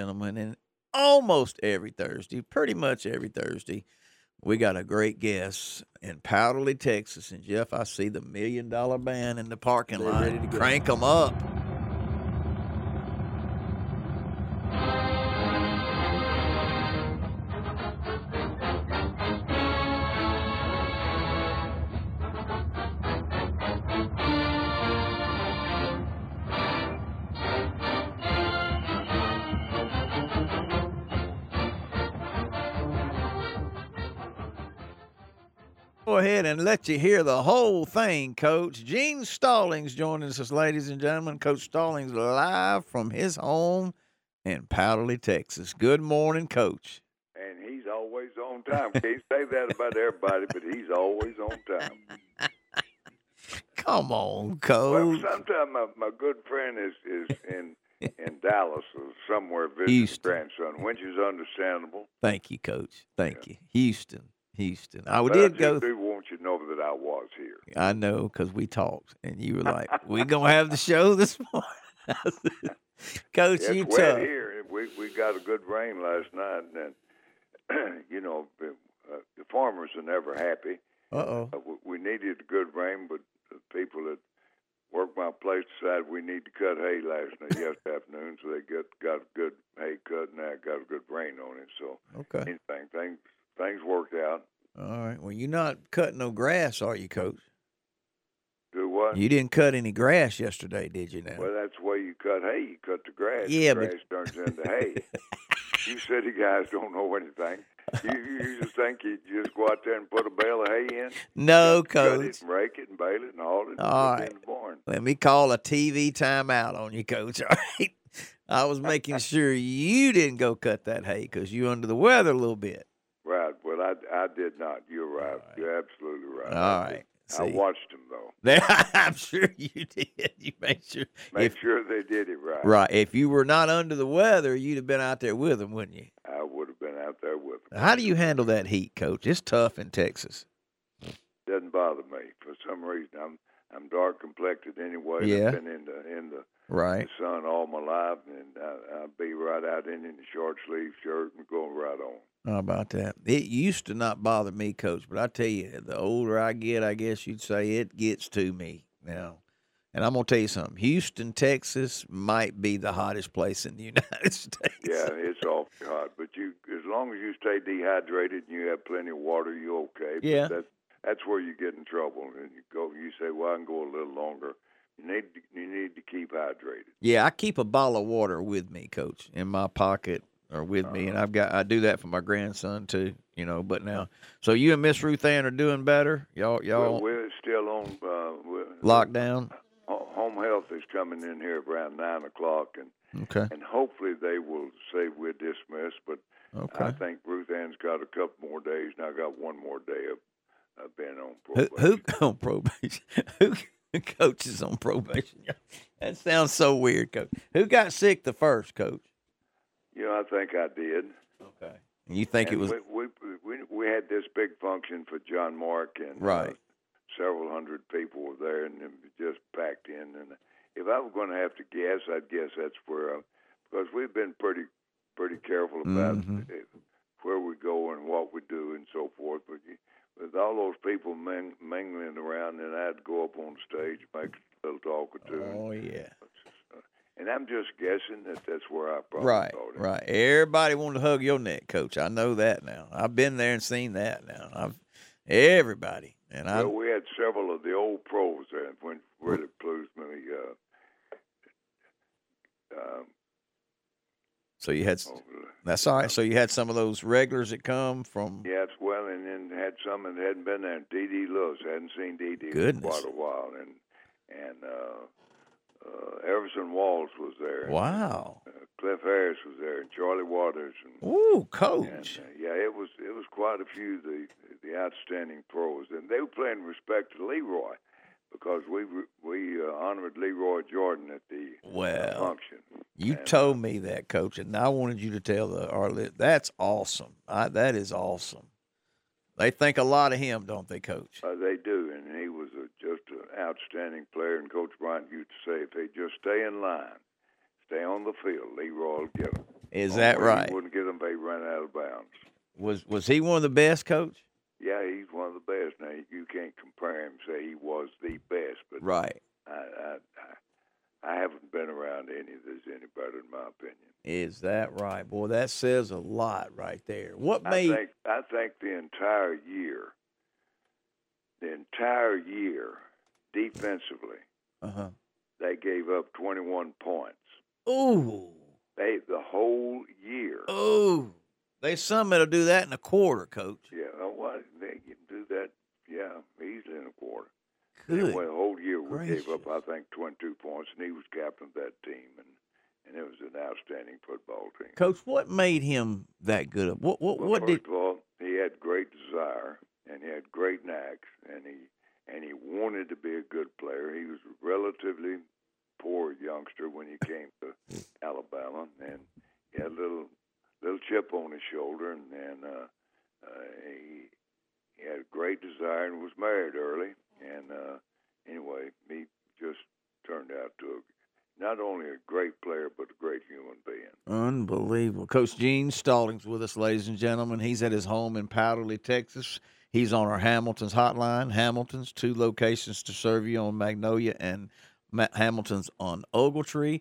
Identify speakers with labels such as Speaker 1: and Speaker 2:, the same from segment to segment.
Speaker 1: gentlemen, and almost every Thursday, pretty much every Thursday, we got a great guest in Powderly, Texas. And Jeff, I see the million dollar band in the parking
Speaker 2: They're
Speaker 1: lot.
Speaker 2: ready to go.
Speaker 1: Crank them up. Go ahead and let you hear the whole thing, Coach. Gene Stallings joining us, ladies and gentlemen. Coach Stallings live from his home in Powderly, Texas. Good morning, Coach.
Speaker 3: And he's always on time. Can't say that about everybody, but he's always on time.
Speaker 1: Come on,
Speaker 3: Well,
Speaker 1: Coach.
Speaker 3: sometimes my, my good friend is, is in in Dallas or somewhere visiting
Speaker 1: Houston.
Speaker 3: grandson, which is understandable.
Speaker 1: Thank you, Coach. Thank you, Houston. Houston. I
Speaker 3: but I
Speaker 1: Oh, did
Speaker 3: just
Speaker 1: go.
Speaker 3: do want you to know that I was here.
Speaker 1: I know because we talked, and you were like, "We gonna have the show this morning." I said, Coach,
Speaker 3: It's
Speaker 1: you
Speaker 3: wet
Speaker 1: tough.
Speaker 3: here. We we got a good rain last night, and then, you know the, uh, the farmers are never happy.
Speaker 1: Uh oh.
Speaker 3: Uh, we- we needed good rain, but the people that work my place decided we need to cut hay last night, yesterday afternoon, so they got got a good hay cut, and I got a good rain on it. So
Speaker 1: Okay.
Speaker 3: anything, things things worked out.
Speaker 1: All right. Well, you're not cutting no grass, are you, Coach?
Speaker 3: Do what?
Speaker 1: You didn't cut any grass yesterday, did you? Now.
Speaker 3: Well, that's the way you cut hay. You cut the grass.
Speaker 1: Yeah,
Speaker 3: the
Speaker 1: but-
Speaker 3: grass turns into hay. You city guys don't know anything. You, you just think you just go out there and put a bale of hay in,
Speaker 1: no,
Speaker 3: cut it
Speaker 1: Oh, Coach.
Speaker 3: and rake it and bale it and haul it. and
Speaker 1: All
Speaker 3: put it
Speaker 1: right.
Speaker 3: in the barn.
Speaker 1: Let me call a TV timeout on you, Coach. All right. I was making sure you didn't go cut that hay because you under the weather a little bit.
Speaker 3: Right. Well, I, I did not. You're right.
Speaker 1: right.
Speaker 3: You're absolutely right.
Speaker 1: All
Speaker 3: I did.
Speaker 1: right.
Speaker 3: I
Speaker 1: See.
Speaker 3: watched them though.
Speaker 1: I'm sure you did. You made sure.
Speaker 3: Make
Speaker 1: if,
Speaker 3: sure they did it right.
Speaker 1: Right. If you were not under the weather, you'd have been out there with them, wouldn't you?
Speaker 3: I would have been out there with them.
Speaker 1: How do you handle that heat, coach? It's tough in Texas.
Speaker 3: Doesn't bother me for some reason. I'm I'm dark complected anyway. and
Speaker 1: Yeah.
Speaker 3: I've been in the in the,
Speaker 1: Right.
Speaker 3: the sun all my life, and I, I'll be right out in in the short sleeve shirt and going right on.
Speaker 1: How about that? It used to not bother me, coach, but I tell you, the older I get, I guess you'd say it gets to me now. And I'm gonna tell you something. Houston, Texas might be the hottest place in the United States.
Speaker 3: Yeah, it's awfully hot, but you as long as you stay dehydrated and you have plenty of water, you're okay. But
Speaker 1: Yeah.
Speaker 3: That's that's where you get in trouble, and you go. You say, "Well, I can go a little longer." You need to, you need to keep hydrated.
Speaker 1: Yeah, I keep a bottle of water with me, coach, in my pocket or with me,
Speaker 3: Uh-huh.
Speaker 1: and I've got I do that for my grandson too, you know. But now, so you and Miss Ruthann are doing better. Y'all,
Speaker 3: Well,
Speaker 1: y'all
Speaker 3: we're still on uh, we're,
Speaker 1: lockdown.
Speaker 3: ho- Home health is coming in here around nine o'clock, and
Speaker 1: Okay,
Speaker 3: and hopefully they will say we're dismissed. But I
Speaker 1: okay.
Speaker 3: think Ruth Ann's got a couple more days, and I got one more day of uh, being on
Speaker 1: Who,
Speaker 3: probation.
Speaker 1: who on probation? Who coaches on probation? That sounds so weird, coach. Who got sick the first, coach?
Speaker 3: You know, I think I did.
Speaker 1: Okay. You think it
Speaker 3: And
Speaker 1: was
Speaker 3: We, we we we had this big function for John Mark and uh,
Speaker 1: Right.
Speaker 3: several hundred people were there, and it was just packed in. And uh, if I were going to have to guess, I'd guess that's where, uh, because we've been pretty pretty careful about
Speaker 1: Mhm.
Speaker 3: uh, where we go and what we do and so forth. But you, with all those people ming- mingling around, and I'd go up on stage, make a little talk or two,
Speaker 1: Oh yeah.
Speaker 3: and I'm just guessing that that's where I probably
Speaker 1: Right,
Speaker 3: thought it.
Speaker 1: right. Everybody wanted to hug your neck, coach. I know that now. I've been there and seen that now. I've everybody. And I
Speaker 3: Well, we had several of the old pros there when really pleased me. Uh, um,
Speaker 1: so you had s-
Speaker 3: oh,
Speaker 1: that's all right. So you had some of those regulars that come from
Speaker 3: yes, well, and then had some that hadn't been there. Dee Dee Lewis hadn't seen Dee Dee in
Speaker 1: Goodness.
Speaker 3: quite a while, and and uh, uh, Everson Walls was there.
Speaker 1: Wow.
Speaker 3: And, uh, Cliff Harris was there, and Charlie Waters, and,
Speaker 1: Ooh,
Speaker 3: and
Speaker 1: coach.
Speaker 3: uh, yeah, it was it was quite a few of the the outstanding pros, and they were playing respect to Leroy because we re- we uh, honored Leroy Jordan at the
Speaker 1: Well,
Speaker 3: function.
Speaker 1: You
Speaker 3: And,
Speaker 1: told me that, coach, and I wanted you to tell the our li- that's awesome. I, that is awesome. They think a lot of him, don't they, coach?
Speaker 3: uh, they do, and he was a, just an outstanding player. And Coach Bryant used to say, if they just stay in line, Stay on the field. Leroy will get them.
Speaker 1: Is that right?
Speaker 3: oh, He wouldn't get them if they ran out of bounds.
Speaker 1: Was was he one of the best, coach?
Speaker 3: Yeah, he's one of the best. Now you can't compare him. Say he was the best, but
Speaker 1: Right.
Speaker 3: I, I, I, I haven't been around any that's any better, in my opinion.
Speaker 1: Is that right? Boy, that says a lot right there. What made
Speaker 3: I think I think the entire year, the entire year, defensively,
Speaker 1: uh-huh.
Speaker 3: they gave up 21 points.
Speaker 1: Ooh.
Speaker 3: They the whole year.
Speaker 1: Oh. Ooh. They some that'll do that in a quarter, coach.
Speaker 3: Yeah, uh, what they can do that? Yeah, easily in a quarter.
Speaker 1: Good.
Speaker 3: Anyway, the whole year we gave up, I
Speaker 1: gracious.
Speaker 3: think, 22 points, and he was captain of that team, and and it was an outstanding football team.
Speaker 1: Coach, what made him that good? What what
Speaker 3: Well,
Speaker 1: what
Speaker 3: first
Speaker 1: did
Speaker 3: of all, he had great desire and he had great knacks and he and he wanted to be a good player. He was a relatively poor youngster when he came to Alabama and he had a little little chip on his shoulder and, and uh, uh, he he had great desire and was married early and uh, anyway he just turned out to a, not only a great player but a great human being.
Speaker 1: Unbelievable. Coach Gene Stallings with us, ladies and gentlemen. He's at his home in Powderly, Texas. He's on our Hamilton's hotline. Hamilton's two locations to serve you on Magnolia and Ma- Hamilton's on Ogletree.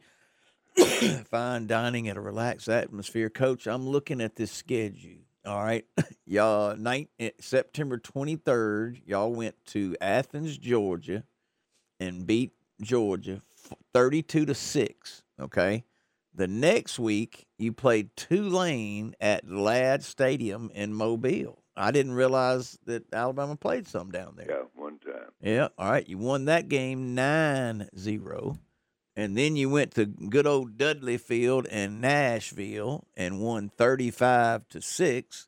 Speaker 1: Fine dining at a relaxed atmosphere. Coach, I'm looking at this schedule. All right. y'all, night, eh, September 23rd, y'all went to Athens, Georgia and beat Georgia f- 32 to 6. Okay. The next week, you played Tulane at Ladd Stadium in Mobile. I didn't realize that Alabama played some down there.
Speaker 3: Yeah, one time.
Speaker 1: Yeah, all right. You won that game 9 0. And then you went to good old Dudley Field and Nashville and won 35 to 6.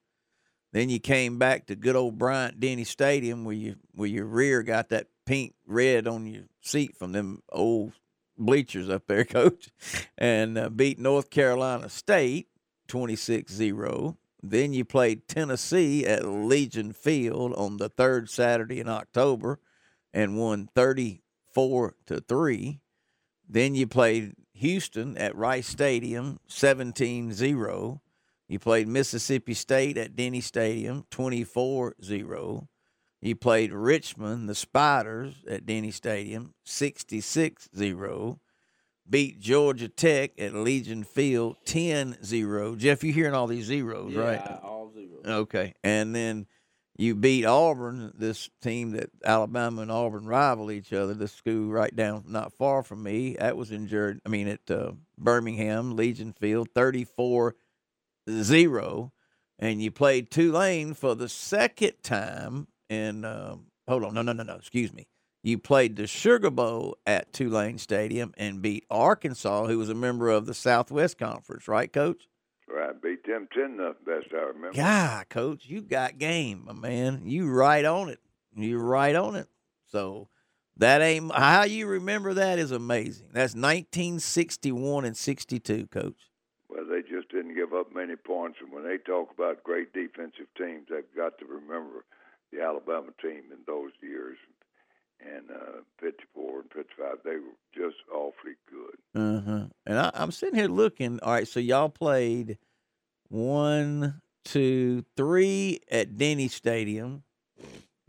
Speaker 1: Then you came back to good old Bryant Denny Stadium where you where your rear got that pink red on your seat from them old bleachers up there, coach, and uh, beat North Carolina State 26 0. Then you played Tennessee at Legion Field on the third Saturday in October and won 34 to 3. Then you played Houston at Rice Stadium 17 0. You played Mississippi State at Denny Stadium 24 0. You played Richmond, the Spiders, at Denny Stadium 66 0. Beat Georgia Tech at Legion Field 10 0. Jeff, you're hearing all these zeros,
Speaker 2: Yeah,
Speaker 1: right? Oh.
Speaker 2: I- all zero.
Speaker 1: Okay. And then you beat Auburn, this team that Alabama and Auburn rival each other, the school right down not far from me. That was in Jer- I mean at uh, Birmingham, Legion Field, 34-0. And you played Tulane for the second time in um, hold on, no, no, no, no, excuse me. You played the Sugar Bowl at Tulane Stadium and beat Arkansas, who was a member of the Southwest Conference, right, Coach?
Speaker 3: Right, beat them ten nothing. Best I remember.
Speaker 1: Yeah, coach, you got game, my man. You right on it. You right on it. So that ain't how you remember that is amazing. That's 1961 and 62, coach.
Speaker 3: Well, they just didn't give up many points, and when they talk about great defensive teams, they've got to remember the Alabama team in those years, and uh, 54 and 55. They were just awfully good.
Speaker 1: Uh huh. And I, I'm sitting here looking. All right, so y'all played one, two, three at Denny Stadium,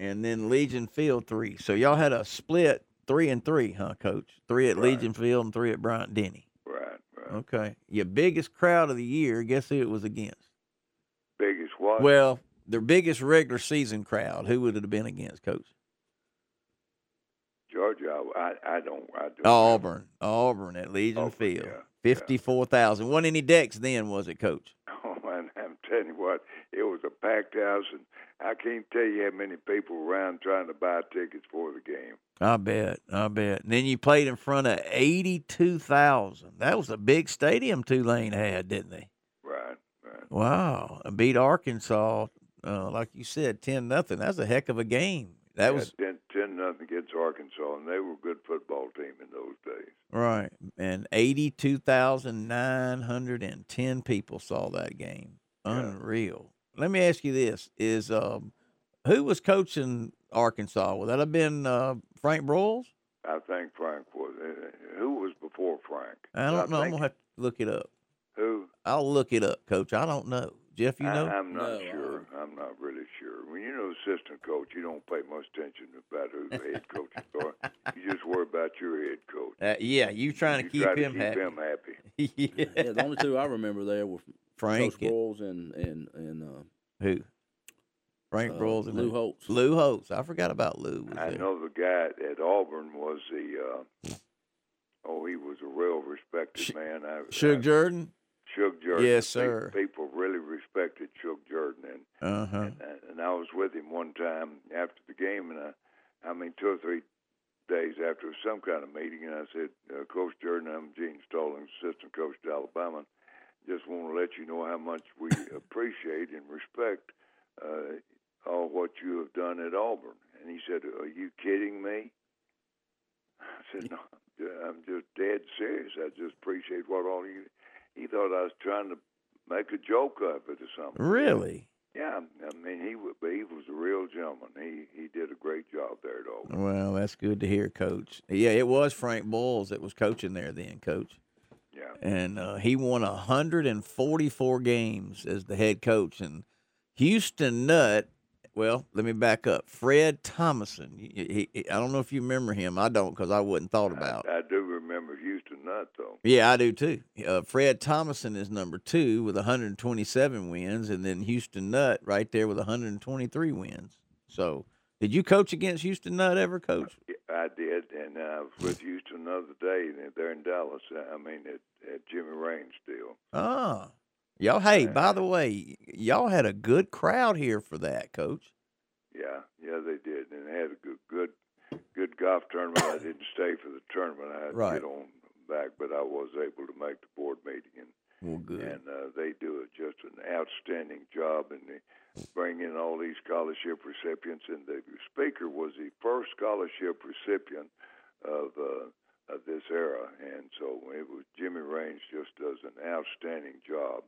Speaker 1: and then Legion Field three. So y'all had a split three and three, huh, coach? Three at
Speaker 3: Right.
Speaker 1: Legion Field and three at Bryant Denny.
Speaker 3: Right, right.
Speaker 1: Okay. Your biggest crowd of the year, guess who it was against?
Speaker 3: Biggest what?
Speaker 1: Well, their biggest regular season crowd, who would it have been against, coach?
Speaker 3: Georgia. I, I, I don't. I don't
Speaker 1: Oh, Auburn. Auburn at Legion
Speaker 3: Auburn,
Speaker 1: Field.
Speaker 3: yeah, yeah.
Speaker 1: 54,000. Wasn't any decks then, was it, coach?
Speaker 3: Oh, man, I'm telling you what, it was a packed house, and I can't tell you how many people around trying to buy tickets for the game.
Speaker 1: I bet. I bet. And then you played in front of 82,000. That was a big stadium Tulane had, didn't they?
Speaker 3: Right, right.
Speaker 1: Wow. And Beat Arkansas, uh, like you said, 10 nothing. That's a heck of a game. That was
Speaker 3: yeah, 10, 10 nothing against Arkansas, and they were a good football team in those days.
Speaker 1: Right. And 82,910 people saw that game.
Speaker 3: Yeah.
Speaker 1: Unreal. Let me ask you this is um who was coaching Arkansas? Would that have been uh, Frank Broyles?
Speaker 3: I think Frank was. Uh, eh, who was before Frank?
Speaker 1: I don't know. I'm
Speaker 3: think-
Speaker 1: gonna have to look it up.
Speaker 3: Who?
Speaker 1: I'll look it up, Coach. I don't know. Jeff, you know?
Speaker 3: I, am not
Speaker 2: No, I
Speaker 3: sure. I'm not really sure. When you know assistant coach, you don't pay much attention about who the head coaches are. You just worry about your head coach.
Speaker 1: Uh, yeah, you trying
Speaker 3: you
Speaker 1: to keep
Speaker 3: try
Speaker 1: him
Speaker 3: to keep
Speaker 1: happy.
Speaker 3: him happy.
Speaker 2: Yeah,
Speaker 1: yeah.
Speaker 2: the only two I remember there were
Speaker 1: Frank
Speaker 2: Coach
Speaker 1: and
Speaker 2: Broyles and and and uh,
Speaker 1: who? Frank
Speaker 2: uh,
Speaker 1: Broyles and
Speaker 2: Lou
Speaker 1: who?
Speaker 2: Holtz.
Speaker 1: Lou Holtz. I forgot about Lou. Was
Speaker 3: I
Speaker 1: there.
Speaker 3: know the guy at Auburn was the. Uh, oh, he was a real respected
Speaker 1: Sh-
Speaker 3: man. I,
Speaker 1: Suge
Speaker 3: I,
Speaker 1: Jordan.
Speaker 3: Shug Jordan.
Speaker 1: Yes,
Speaker 3: Pe-
Speaker 1: sir.
Speaker 3: People really respected Shug Jordan, and
Speaker 1: Uh huh.
Speaker 3: and, and I was with him one time after the game, and I, I mean, two or three days after some kind of meeting, and I said, uh, Coach Jordan, I'm Gene Stallings, assistant coach at Alabama. Just want to let you know how much we appreciate and respect uh, all what you have done at Auburn. And he said, Are you kidding me? I said, No, I'm ju- I'm just dead serious. I just appreciate what all you. He thought I was trying to make a joke of it or something.
Speaker 1: Really?
Speaker 3: Yeah, I mean he wa- but he was a real gentleman. He he did a great job there at Auburn.
Speaker 1: Well, that's good to hear, Coach. Yeah, it was Frank Boyles that was coaching there then, Coach,
Speaker 3: Yeah,
Speaker 1: and uh, he won 144 games as the head coach. And Houston Nutt. Well, let me back up. Fred Thomason. He, he, I don't know if you remember him. I don't because I wasn't thought about.
Speaker 3: I, I do remember Houston Nutt though.
Speaker 1: Yeah, I do too. Uh, Fred Thomason is number two with 127 wins, and then Houston Nutt right there with 123 wins. So, did you coach against Houston Nutt ever, Coach?
Speaker 3: Yeah, I did, and I was with Houston another day there in Dallas. uh, I mean at, at Jimmy Raines still.
Speaker 1: Ah, y'all. Hey, by the way, y'all had a good crowd here for that, Coach.
Speaker 3: Yeah, yeah they did, and they had a good good good golf tournament. I didn't stay for the tournament. I had
Speaker 1: Right.
Speaker 3: to get on back, but I was able to make the board meeting and
Speaker 1: Well, good.
Speaker 3: and uh, they do it just an outstanding job and they bring in all these scholarship recipients and the speaker was the first scholarship recipient of uh, of this era and so it was Jimmy Raines just does an outstanding job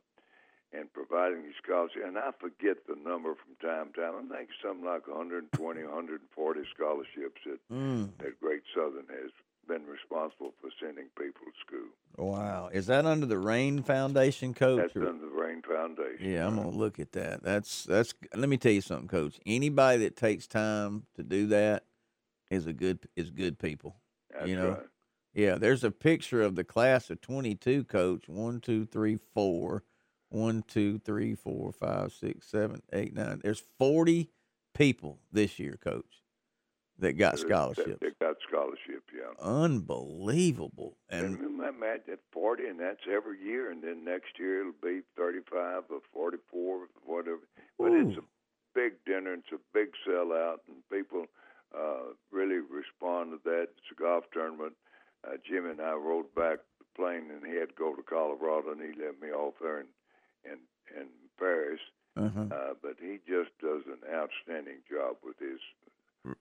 Speaker 3: in providing these scholarships and I forget the number from time to time I think something like 120 140 scholarships that
Speaker 1: Mm,
Speaker 3: that Great Southern has been responsible for sending people to school
Speaker 1: wow. Is that under the Rain Foundation, Coach?
Speaker 3: that's
Speaker 1: or-
Speaker 3: under the Rain Foundation
Speaker 1: Oh, Yeah, I'm
Speaker 3: Right.
Speaker 1: gonna look at that. That's that's. Let me tell you something, Coach. Anybody that takes time to do that is a good is good people.
Speaker 3: That's
Speaker 1: you know? uh,
Speaker 3: right.
Speaker 1: Yeah, there's a picture of the class of 22, coach. One, two, three, four. One, two, three, four, five, six, seven, eight, nine. There's 40 people this year, coach, that got
Speaker 3: They-
Speaker 1: scholarships.
Speaker 3: They, they got scholarship, yeah.
Speaker 1: Unbelievable.
Speaker 3: And
Speaker 1: And
Speaker 3: Matt, at forty, and that's every year, and then next year it'll be thirty-five or forty-four, whatever. But it's
Speaker 1: Ooh.
Speaker 3: a big dinner, it's a big sellout, and people uh, really respond to that. It's a golf tournament. Uh, Jim and I rode back the plane, and he had to go to Colorado, and he left me off there in in, in Paris.
Speaker 1: uh-huh.
Speaker 3: Uh, but he just does an outstanding job with his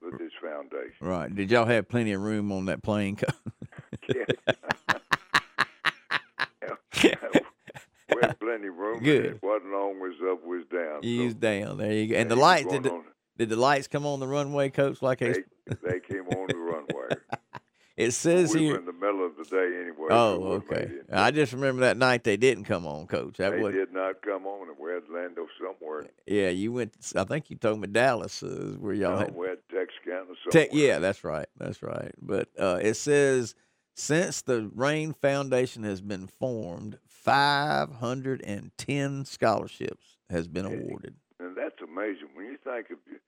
Speaker 3: with his foundation.
Speaker 1: right. Did y'all have plenty of room on that plane? Coach?
Speaker 3: Yeah. we had plenty of room.
Speaker 1: Good.
Speaker 3: It wasn't long was up, was down.
Speaker 1: You was
Speaker 3: so
Speaker 1: down there. You go. And the
Speaker 3: things
Speaker 1: lights
Speaker 3: going
Speaker 1: did the,
Speaker 3: on.
Speaker 1: did the lights come on the runway, coach? Like
Speaker 3: They,
Speaker 1: it's
Speaker 3: they came on the runway.
Speaker 1: it says
Speaker 3: we
Speaker 1: here.
Speaker 3: were in the middle of the day anyway. so
Speaker 1: Oh,
Speaker 3: we made
Speaker 1: okay.
Speaker 3: it.
Speaker 1: I just remember that night they didn't come on, coach. That
Speaker 3: they
Speaker 1: was
Speaker 3: did not come on, and we had Lando somewhere.
Speaker 1: Yeah, you went. I think you told me Dallas is where y'all
Speaker 3: No,
Speaker 1: had.
Speaker 3: we had Tex County somewhere.
Speaker 1: Te- yeah, that's right. That's right. But uh, it says since the Rain Foundation has been formed, 510 scholarships has been
Speaker 3: Okay.
Speaker 1: awarded.
Speaker 3: And that's amazing. When you think of you,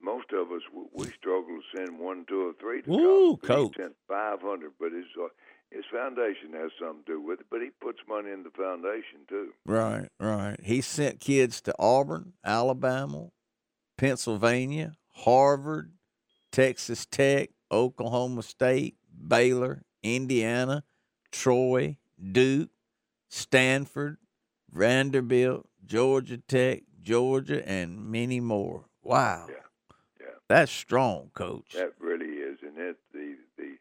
Speaker 3: most of us, we, we struggle to send one, two, or three to
Speaker 1: Ooh,
Speaker 3: college.
Speaker 1: Coach.
Speaker 3: He sent 500, but his, uh, his foundation has something to do with it. But he puts money in the foundation, too.
Speaker 1: Right, right. He sent kids to Auburn, Alabama, Pennsylvania, Harvard, Texas Tech, Oklahoma State, Baylor, Indiana, Troy, Duke, Stanford, Vanderbilt, Georgia Tech, Georgia, and many more. Wow.
Speaker 3: Yeah, yeah.
Speaker 1: That's strong, coach.
Speaker 3: That really is, and it the the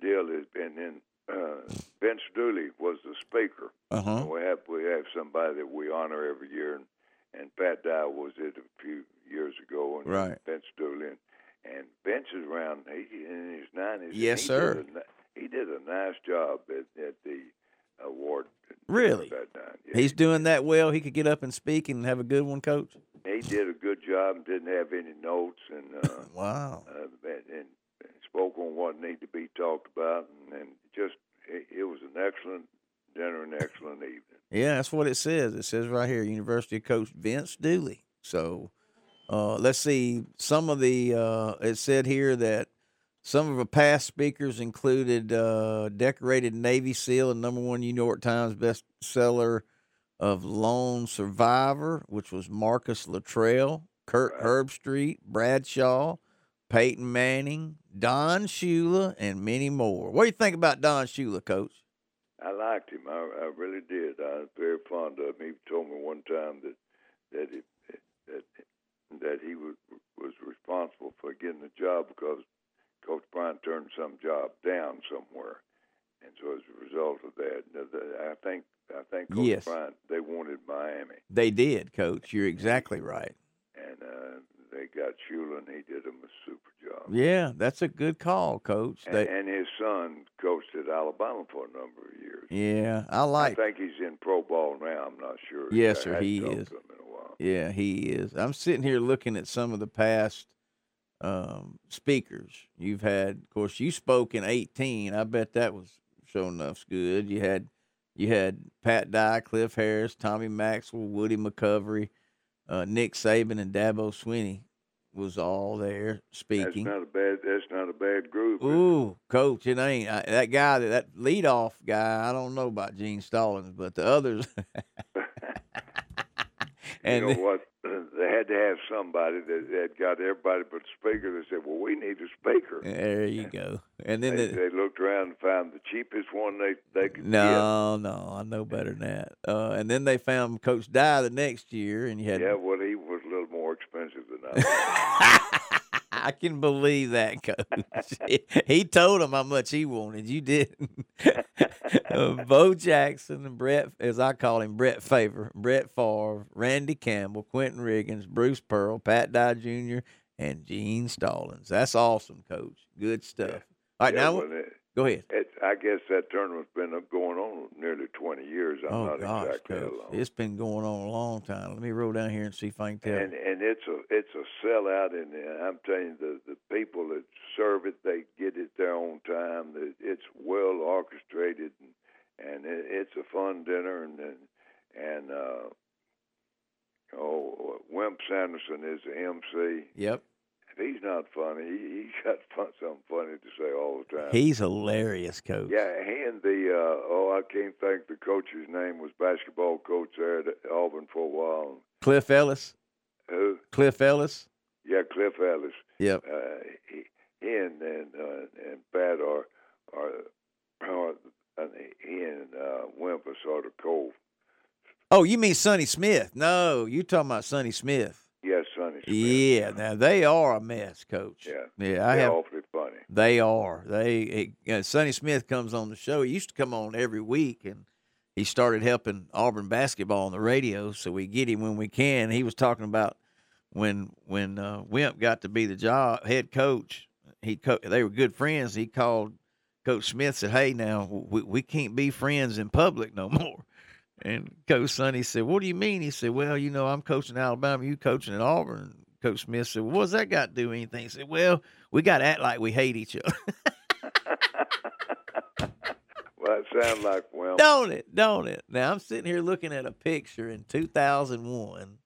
Speaker 3: deal has been in. Uh, Vince Dooley was the speaker.
Speaker 1: Uh huh.
Speaker 3: We have we have somebody that we honor every year, and, and Pat Dye was it a few years ago, and
Speaker 1: Right.
Speaker 3: Vince Dooley, and, and Vince is around. He in his nineties.
Speaker 1: Yes,
Speaker 3: he
Speaker 1: sir.
Speaker 3: Does a, he did a nice job at, at the award.
Speaker 1: Really?
Speaker 3: That night. Yeah.
Speaker 1: He's doing that well. He could get up and speak and have a good one, coach.
Speaker 3: he did a good job. and Didn't have any notes and. Uh,
Speaker 1: Wow.
Speaker 3: uh, and, and spoke on what needed to be talked about, and, and just it, it was an excellent dinner and excellent evening.
Speaker 1: Yeah, that's what it says. It says right here, University coach Vince Dooley. So uh, let's see some of the. Uh, it said here that some of the past speakers included uh, decorated Navy SEAL and number one New York Times bestseller of Lone Survivor, which was Marcus Luttrell, Kurt
Speaker 3: Right.
Speaker 1: Herbstreit, Bradshaw, Peyton Manning, Don Shula, and many more. What do you think about Don Shula, Coach?
Speaker 3: I liked him. I, I really did. I was very fond of him. He told me one time that that he, that that he was was responsible for getting the job because Coach Bryant turned some job down somewhere, and so as a result of that, that- that- I think I think Coach
Speaker 1: Yes.
Speaker 3: Bryant they wanted Miami.
Speaker 1: They did, Coach. You're exactly right.
Speaker 3: and uh, they got Shula, and he did him a super job.
Speaker 1: Yeah, that's a good call, Coach.
Speaker 3: and,
Speaker 1: They,
Speaker 3: and his son coached at Alabama for a number of years.
Speaker 1: yeah, I
Speaker 3: I
Speaker 1: like.
Speaker 3: think he's in pro ball now. I'm not sure.
Speaker 1: Yes,
Speaker 3: I
Speaker 1: sir,
Speaker 3: hadn't
Speaker 1: he
Speaker 3: talked
Speaker 1: is.
Speaker 3: To him in a while.
Speaker 1: Yeah, he is. I'm sitting here looking at some of the past um, speakers you've had. Of course, you spoke in 18. I bet that was sure enough's good. You had you had Pat Dye, Cliff Harris, Tommy Maxwell, Woody McCovery, uh, Nick Saban, and Dabo Swinney was all there
Speaker 3: That's
Speaker 1: speaking.
Speaker 3: not a bad. That's not a bad group. is it?
Speaker 1: Ooh, coach, it ain't I, that guy that that leadoff guy. I don't know about Gene Stallings, but the others. and
Speaker 3: you know what? They had to have somebody that that got everybody but the speaker. They said, "Well, we need a speaker."
Speaker 1: there you go. And
Speaker 3: They,
Speaker 1: then the,
Speaker 3: they looked around and found the cheapest one they they could get.
Speaker 1: no, no, I know better than that. Uh, and then they found Coach Dye the next year, and you had.
Speaker 3: Yeah, well, he was a little more expensive than I. was.
Speaker 1: I can believe that, coach. he told him how much he wanted. You didn't. uh, Bo Jackson and Brett, as I call him, Brett Favor, Brett Favre, Randy Campbell, Quentin Riggins, Bruce Pearl, Pat Dye Jr., and Gene Stallings. That's awesome, coach. Good stuff. All right,
Speaker 3: Yeah,
Speaker 1: now
Speaker 3: well, it-
Speaker 1: go ahead.
Speaker 3: It, I guess that tournament's been up going on nearly 20 years. I'm
Speaker 1: oh
Speaker 3: not
Speaker 1: gosh,
Speaker 3: exactly
Speaker 1: coach,
Speaker 3: alone.
Speaker 1: it's been going on a long time. Let me roll down here and see if I can tell.
Speaker 3: and and it's a it's a sellout, and uh, I'm telling you, the the people that serve it, they get it their own time. It- It's well orchestrated, and, and it, it's a fun dinner, and and, and uh, oh, Wimp Sanderson is the MC.
Speaker 1: yep,
Speaker 3: If he's not funny, he, he's got fun, something funny to say all the time.
Speaker 1: he's hilarious, coach.
Speaker 3: uh, Yeah, he and the uh, oh, I can't think the coach's name was basketball coach there at Auburn for a while.
Speaker 1: Cliff Ellis,
Speaker 3: Who?
Speaker 1: Cliff Ellis.
Speaker 3: Yeah, Cliff Ellis.
Speaker 1: Yep.
Speaker 3: Uh, he, he and and uh, and Pat are are, are and he and uh, Wimp are sort of cold.
Speaker 1: Oh, you mean Sonny Smith? No, you talking about Sonny Smith?
Speaker 3: Yes, Sonny. Smith.
Speaker 1: Yeah. Now they are a mess, coach.
Speaker 3: Yeah.
Speaker 1: Yeah, I
Speaker 3: They're
Speaker 1: have.
Speaker 3: awfully funny.
Speaker 1: They are. They. It, uh, Sonny Smith comes on the show. He used to come on every week, and he started helping Auburn basketball on the radio, so we get him when we can. He was talking about when when uh, Wimp got to be the job head coach. He co- they were good friends. He called Coach Smith said, "Hey, now we, we can't be friends in public no more." And Coach Sonny said, "What do you mean?" He said, "Well, you know, I'm coaching Alabama. You coaching at Auburn." Coach Smith said, well, "What's that got to do with anything?" He said, "Well, we got to act like we hate each other,
Speaker 3: Well, that sounds like Wimp.
Speaker 1: don't it? Don't it?" Now I'm sitting here looking at a picture in 2001.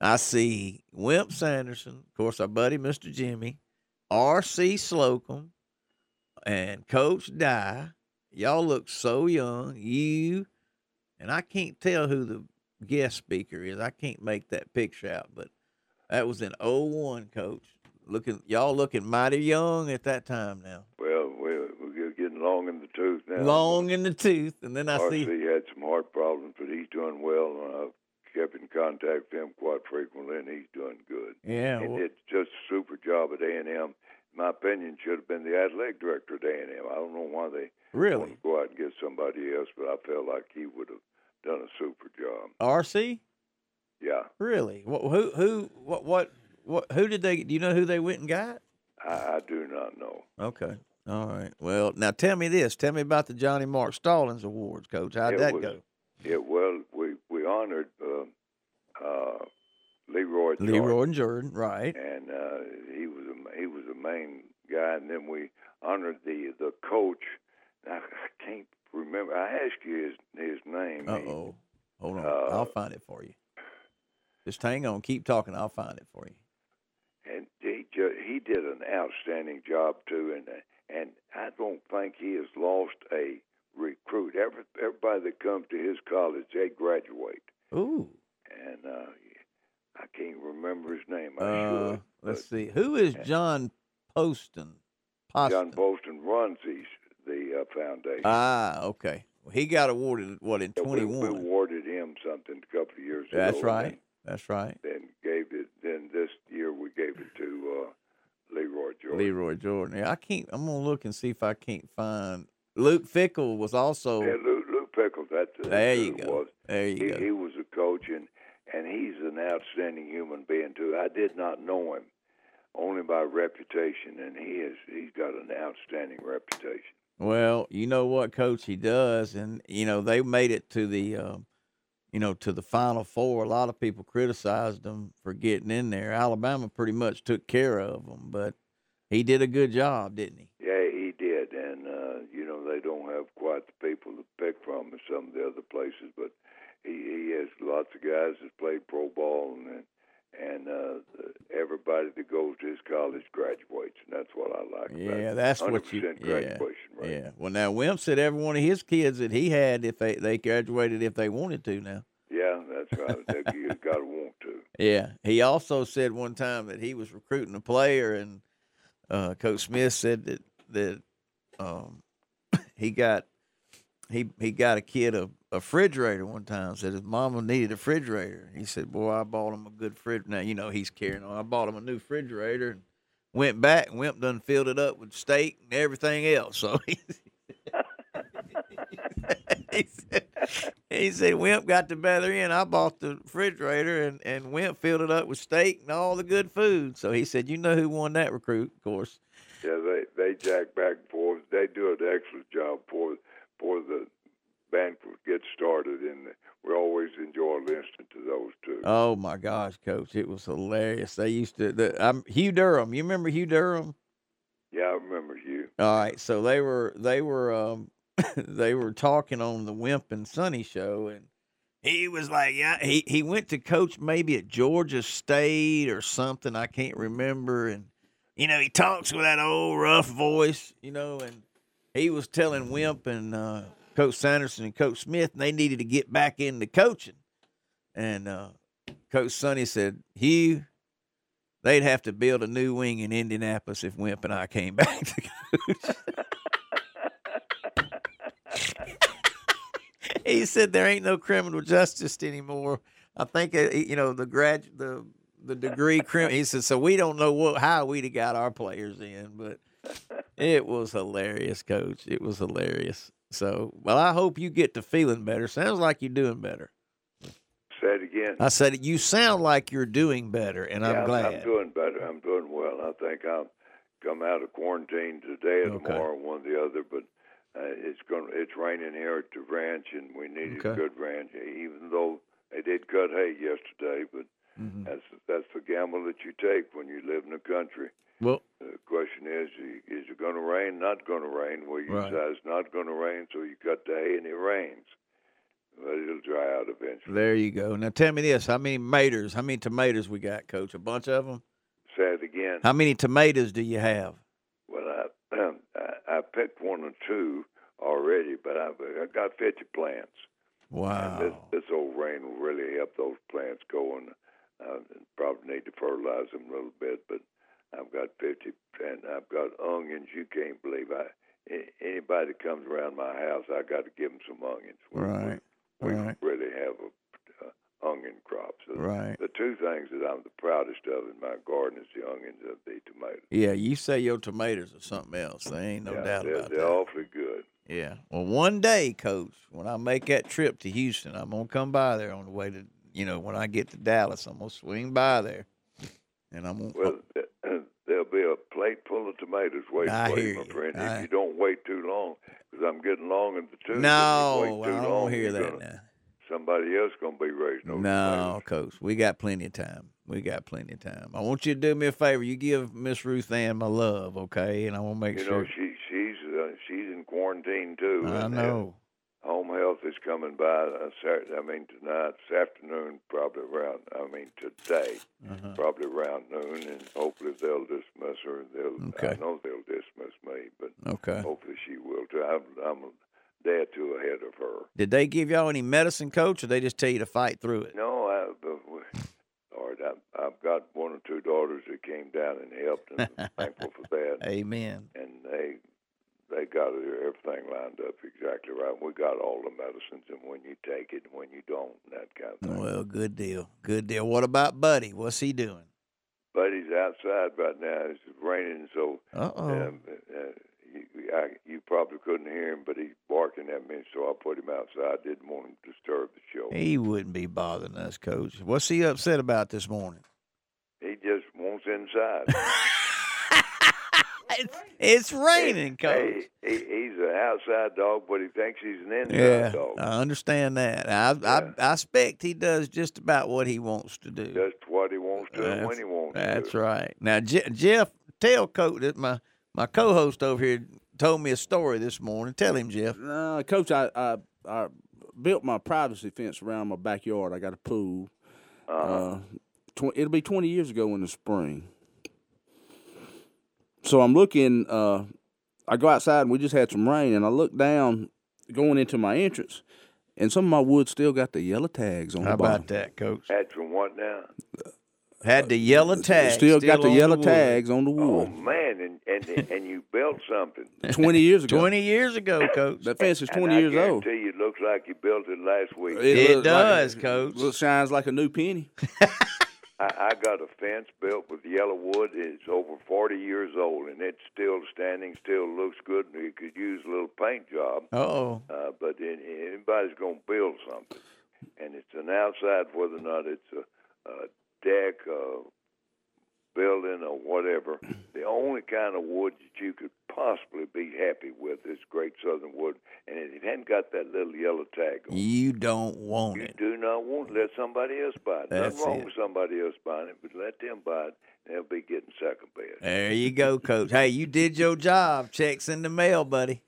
Speaker 1: I see Wimp Sanderson, of course, our buddy Mr. Jimmy, R.C. Slocum, and Coach Dye. Y'all look so young. You and I can't tell who the guest speaker is. I can't make that picture out, but that was in 01, Coach. Looking, y'all looking mighty young at that time now.
Speaker 3: Well, we're, we're getting long in the tooth now.
Speaker 1: Long in the tooth, and then I
Speaker 3: RC
Speaker 1: see.
Speaker 3: had some heart problems, but he's doing well, and I've kept in contact with him quite frequently, and he's doing good.
Speaker 1: Yeah,
Speaker 3: And
Speaker 1: well,
Speaker 3: did just a super job at A and M. My opinion should have been the athletic director at A and M. I don't know why they
Speaker 1: really.
Speaker 3: want to go out and get somebody else, but I felt like he would have done a super job.
Speaker 1: RC,
Speaker 3: Yeah,
Speaker 1: really? What? Who? Who? What? What? What? Who did they? Do you know who they went and got?
Speaker 3: I, I do not know.
Speaker 1: Okay. All right. Well, now tell me this. Tell me about the Johnny Mark Stallings Awards, Coach. How'd
Speaker 3: It
Speaker 1: that
Speaker 3: was-
Speaker 1: go?
Speaker 3: Yeah, well, we we honored uh, uh, Leroy. Jordan.
Speaker 1: Leroy and Jordan, right?
Speaker 3: and uh, he was a, he was the main guy. And then we honored the the coach. I, I can't remember. I asked you his his name.
Speaker 1: Uh oh. Hold on.
Speaker 3: Uh,
Speaker 1: I'll find it for you. Just hang on. Keep talking. I'll find it for you.
Speaker 3: and he ju- he did an outstanding job too. And and I don't think he has lost a recruit. Every, everybody that comes to his college, they graduate.
Speaker 1: Ooh.
Speaker 3: And uh, I can't remember his name. I
Speaker 1: Uh,
Speaker 3: should.
Speaker 1: let's see. Who is John Poston? Poston.
Speaker 3: John Bolton runs these the uh, foundation.
Speaker 1: ah, okay. Well, he got awarded what in
Speaker 3: Yeah, we-
Speaker 1: twenty
Speaker 3: We
Speaker 1: one.
Speaker 3: awarded him something a couple of years ago.
Speaker 1: That's
Speaker 3: and
Speaker 1: right. That's right.
Speaker 3: Then, then gave it. Then this year we gave it to uh, Leroy Jordan.
Speaker 1: Leroy Jordan. Yeah, I can't. I'm gonna look and see if I can't find Luke Fickle was also.
Speaker 3: Yeah, Lou, Lou Pickles. That's that's
Speaker 1: There
Speaker 3: who
Speaker 1: you
Speaker 3: it
Speaker 1: go.
Speaker 3: Was.
Speaker 1: There you
Speaker 3: He,
Speaker 1: go.
Speaker 3: he was a coach, and and he's an outstanding human being too. I did not know him, only by reputation, and he is he's got an outstanding reputation.
Speaker 1: Well, you know what, Coach, he does, and you know they made it to the, um, you know, to the Final Four. A lot of people criticized them for getting in there. Alabama pretty much took care of them, but he did a good job, didn't he?
Speaker 3: Yeah, he did, and uh, you know they don't have quite the people to pick from in some of the other places, but he, he has lots of guys that played pro ball, and and uh, everybody that goes to his college graduates, and that's what I like.
Speaker 1: Yeah,
Speaker 3: about
Speaker 1: that's what you.
Speaker 3: 100%
Speaker 1: Yeah,
Speaker 3: graduation rate.
Speaker 1: yeah. Well, now Wimp said every one of his kids that he had, if they they graduated, if they wanted to. Now,
Speaker 3: Yeah, that's right. That you got to want to.
Speaker 1: yeah. He also said one time that he was recruiting a player, and uh, Coach Smith said that that um, he got he he got a kid a, a refrigerator one time. Said his mama needed a refrigerator. He said, "Boy, I bought him a good fridge." Now you know he's carrying on. I bought him a new refrigerator and went back and Wimp done filled it up with steak and everything else. So he. he said, he said, Wimp got the better end. I bought the refrigerator and, and Wimp filled it up with steak and all the good food. So he said, You know who won that recruit, of course.
Speaker 3: Yeah, they they jack back and forth. They do an excellent job for for the banquet gets started, and we always enjoy listening to those two.
Speaker 1: Oh my gosh, coach, it was hilarious. They used to. The, I'm Hugh Durham. You remember Hugh Durham?
Speaker 3: yeah, I remember you.
Speaker 1: All right, so they were they were um they were talking on the Wimp and Sonny show, and he was like, yeah, he he went to coach maybe at Georgia State or something. I can't remember, and you know he talks with that old rough voice, you know, and he was telling Wimp and uh, Coach Sanderson and Coach Smith they needed to get back into coaching, and uh, Coach Sonny said, Hugh. They'd have to build a new wing in Indianapolis if Wimp and I came back to he said there ain't no criminal justice anymore. I think uh, you know the grad the the degree crim. He said so we don't know what how we'd have got our players in, but it was hilarious, coach. It was hilarious. So well, I hope you get to feeling better. Sounds like you're doing better.
Speaker 3: Say it again.
Speaker 1: I said you sound like you're doing better, Oh, and
Speaker 3: yeah,
Speaker 1: I'm glad.
Speaker 3: I'm doing better. I'm doing well. I think I'll come out of quarantine today or
Speaker 1: Okay.
Speaker 3: tomorrow, one or the other. But uh, it's going. to It's raining here at the ranch, and we needed
Speaker 1: Okay.
Speaker 3: good ranch. Even though they did cut hay yesterday, but
Speaker 1: Mhm.
Speaker 3: That's that's the gamble that you take when you live in the country.
Speaker 1: Well,
Speaker 3: The question is, is it going to rain? Not going to rain. Well, you
Speaker 1: Right.
Speaker 3: decide it's not going to rain, so you cut the hay and it rains. But it'll dry out eventually.
Speaker 1: there you go. Now tell me this: how many maters? How many tomatoes we got, coach? A bunch of them.
Speaker 3: Say it again.
Speaker 1: How many tomatoes do you have?
Speaker 3: Well, I, I I picked one or two already, but I I got 50 plants. And this
Speaker 1: Wow.
Speaker 3: this old rain will really help those plants go, and uh, probably need to fertilize them a little bit. But I've got 50, and I've got onions. You can't believe I. a- Anybody that comes around my house, I got to give them some onions. We,
Speaker 1: Right.
Speaker 3: We, we
Speaker 1: right.
Speaker 3: really have a uh, onion crop. So
Speaker 1: Right.
Speaker 3: The two things that I'm the proudest of in my garden is the onions and the tomatoes.
Speaker 1: Yeah, you say your tomatoes are something else. There ain't no
Speaker 3: Yeah,
Speaker 1: doubt
Speaker 3: they're,
Speaker 1: about
Speaker 3: they're
Speaker 1: that.
Speaker 3: awfully good.
Speaker 1: yeah. Well, one day, Coach, when I make that trip to Houston, I'm gonna come by there on the way to, you know, when I get to Dallas, I'm gonna swing by there, and I'm gonna.
Speaker 3: Well, th- uh, there'll be a plate full smell the tomatoes way
Speaker 1: I
Speaker 3: away,
Speaker 1: hear
Speaker 3: my
Speaker 1: you.
Speaker 3: friend.
Speaker 1: I-
Speaker 3: If you don't wait too long, because I'm getting long in the tooth. if you
Speaker 1: No,
Speaker 3: wait
Speaker 1: I
Speaker 3: too long,
Speaker 1: don't hear
Speaker 3: you're
Speaker 1: that
Speaker 3: gonna-
Speaker 1: now.
Speaker 3: Somebody else gonna be raising those
Speaker 1: No,
Speaker 3: tomatoes.
Speaker 1: coach, we got plenty of time. We got plenty of time. I want you to do me a favor. You give Miss Ruth Ann my love, okay? And I want to make
Speaker 3: You
Speaker 1: sure.
Speaker 3: know she she's uh, she's in quarantine too.
Speaker 1: I
Speaker 3: and, uh,
Speaker 1: know.
Speaker 3: Home health is coming by. Uh, Saturday, I mean tonight, this afternoon, probably around. I mean today,
Speaker 1: Uh-huh.
Speaker 3: probably around noon, and hopefully they'll dismiss her. They'll. I
Speaker 1: Okay.
Speaker 3: know they'll dismiss me, but
Speaker 1: Okay.
Speaker 3: hopefully she will too. I'm, I'm a day or two ahead of her.
Speaker 1: Did they give y'all any medicine, coach, or they just tell you to fight through it?
Speaker 3: No, I, but we- Lord, I, I've got one or two daughters that came down and helped, and I'm thankful for that.
Speaker 1: Amen.
Speaker 3: And they they got it- everything lined up exactly right. We got all the medicines, and when you take it, and when you don't, and that kind of thing.
Speaker 1: Well, good deal. Good deal. What about Buddy? What's he doing?
Speaker 3: But he's outside right now. It's raining, so
Speaker 1: Uh oh.
Speaker 3: um, uh, you, I, you probably couldn't hear him, but he's barking at me, so I put him outside. Didn't want him to disturb the show.
Speaker 1: He wouldn't be bothering us, coach. What's he upset about this morning?
Speaker 3: He just wants inside.
Speaker 1: It's, it's raining, coach.
Speaker 3: Hey, he, he's an outside dog, but he thinks he's an inside
Speaker 1: Yeah, Uh,
Speaker 3: dog.
Speaker 1: I understand that. I,
Speaker 3: Yeah.
Speaker 1: I I suspect he does just about what he wants to do.
Speaker 3: Just what he wants to and
Speaker 1: That's-
Speaker 3: when he wants
Speaker 1: That's
Speaker 3: to.
Speaker 1: right. Now, Je- Jeff, tell Coach that my, my co host over here told me a story this morning. Tell him, Jeff.
Speaker 2: Uh, Coach, I, I I built my privacy fence around my backyard. I got a pool.
Speaker 3: Uh-huh.
Speaker 2: Uh, tw- it'll be 20 years ago in the spring. So I'm looking. Uh, I go outside and we just had some rain, and I look down going into my entrance, and some of my wood still got the yellow tags on
Speaker 1: How
Speaker 2: the bottom.
Speaker 1: about that, Coach?
Speaker 3: That's from what now?
Speaker 1: Had the yellow tag.
Speaker 2: still, got
Speaker 1: on
Speaker 2: the yellow
Speaker 1: wood.
Speaker 2: tags on the
Speaker 3: Oh
Speaker 2: wood.
Speaker 3: man, and and and you built something.
Speaker 1: Oh.
Speaker 2: 20 years ago.
Speaker 1: Twenty years ago, Coach.
Speaker 2: That fence is
Speaker 3: And
Speaker 2: 20
Speaker 3: I
Speaker 2: years old.
Speaker 3: guarantee you, it looks like you built it last week.
Speaker 1: It
Speaker 2: looks
Speaker 1: does,
Speaker 2: like,
Speaker 1: Coach.
Speaker 2: It shines like a new penny.
Speaker 3: I, I got a fence built with yellow wood. It's over 40 years old, and it's still standing. Still looks good. and You could use a little paint job.
Speaker 1: Oh,
Speaker 3: Uh, but it, anybody's going to build something, and it's an outside, whether or not it's a, a deck, a building, or whatever. The only kind of wood that you could possibly be happy with is great southern wood, and it hadn't got that little yellow tag on. it,
Speaker 1: you don't want
Speaker 3: You
Speaker 1: it.
Speaker 3: do not want to let somebody else buy it.
Speaker 1: That's
Speaker 3: Nothing wrong
Speaker 1: it.
Speaker 3: with somebody else buying it, but let them buy it, and they'll be getting second best.
Speaker 1: There you go, Coach. Hey, you did your job. Checks in the mail, buddy.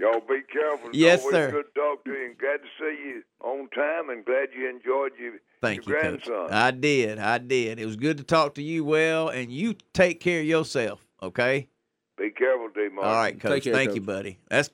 Speaker 3: Y'all be careful. It's
Speaker 1: Yes,
Speaker 3: Always
Speaker 1: sir.
Speaker 3: good to talk to you, and glad to see you on time, and glad you enjoyed your
Speaker 1: Thank
Speaker 3: your
Speaker 1: you,
Speaker 3: grandson.
Speaker 1: Coach. I did. I did. It was good to talk to you. Well, and you take care of yourself. Okay.
Speaker 3: Be careful, D. Martin.
Speaker 1: All right, Coach.
Speaker 2: care,
Speaker 1: Thank you,
Speaker 2: Coach.
Speaker 1: buddy. That's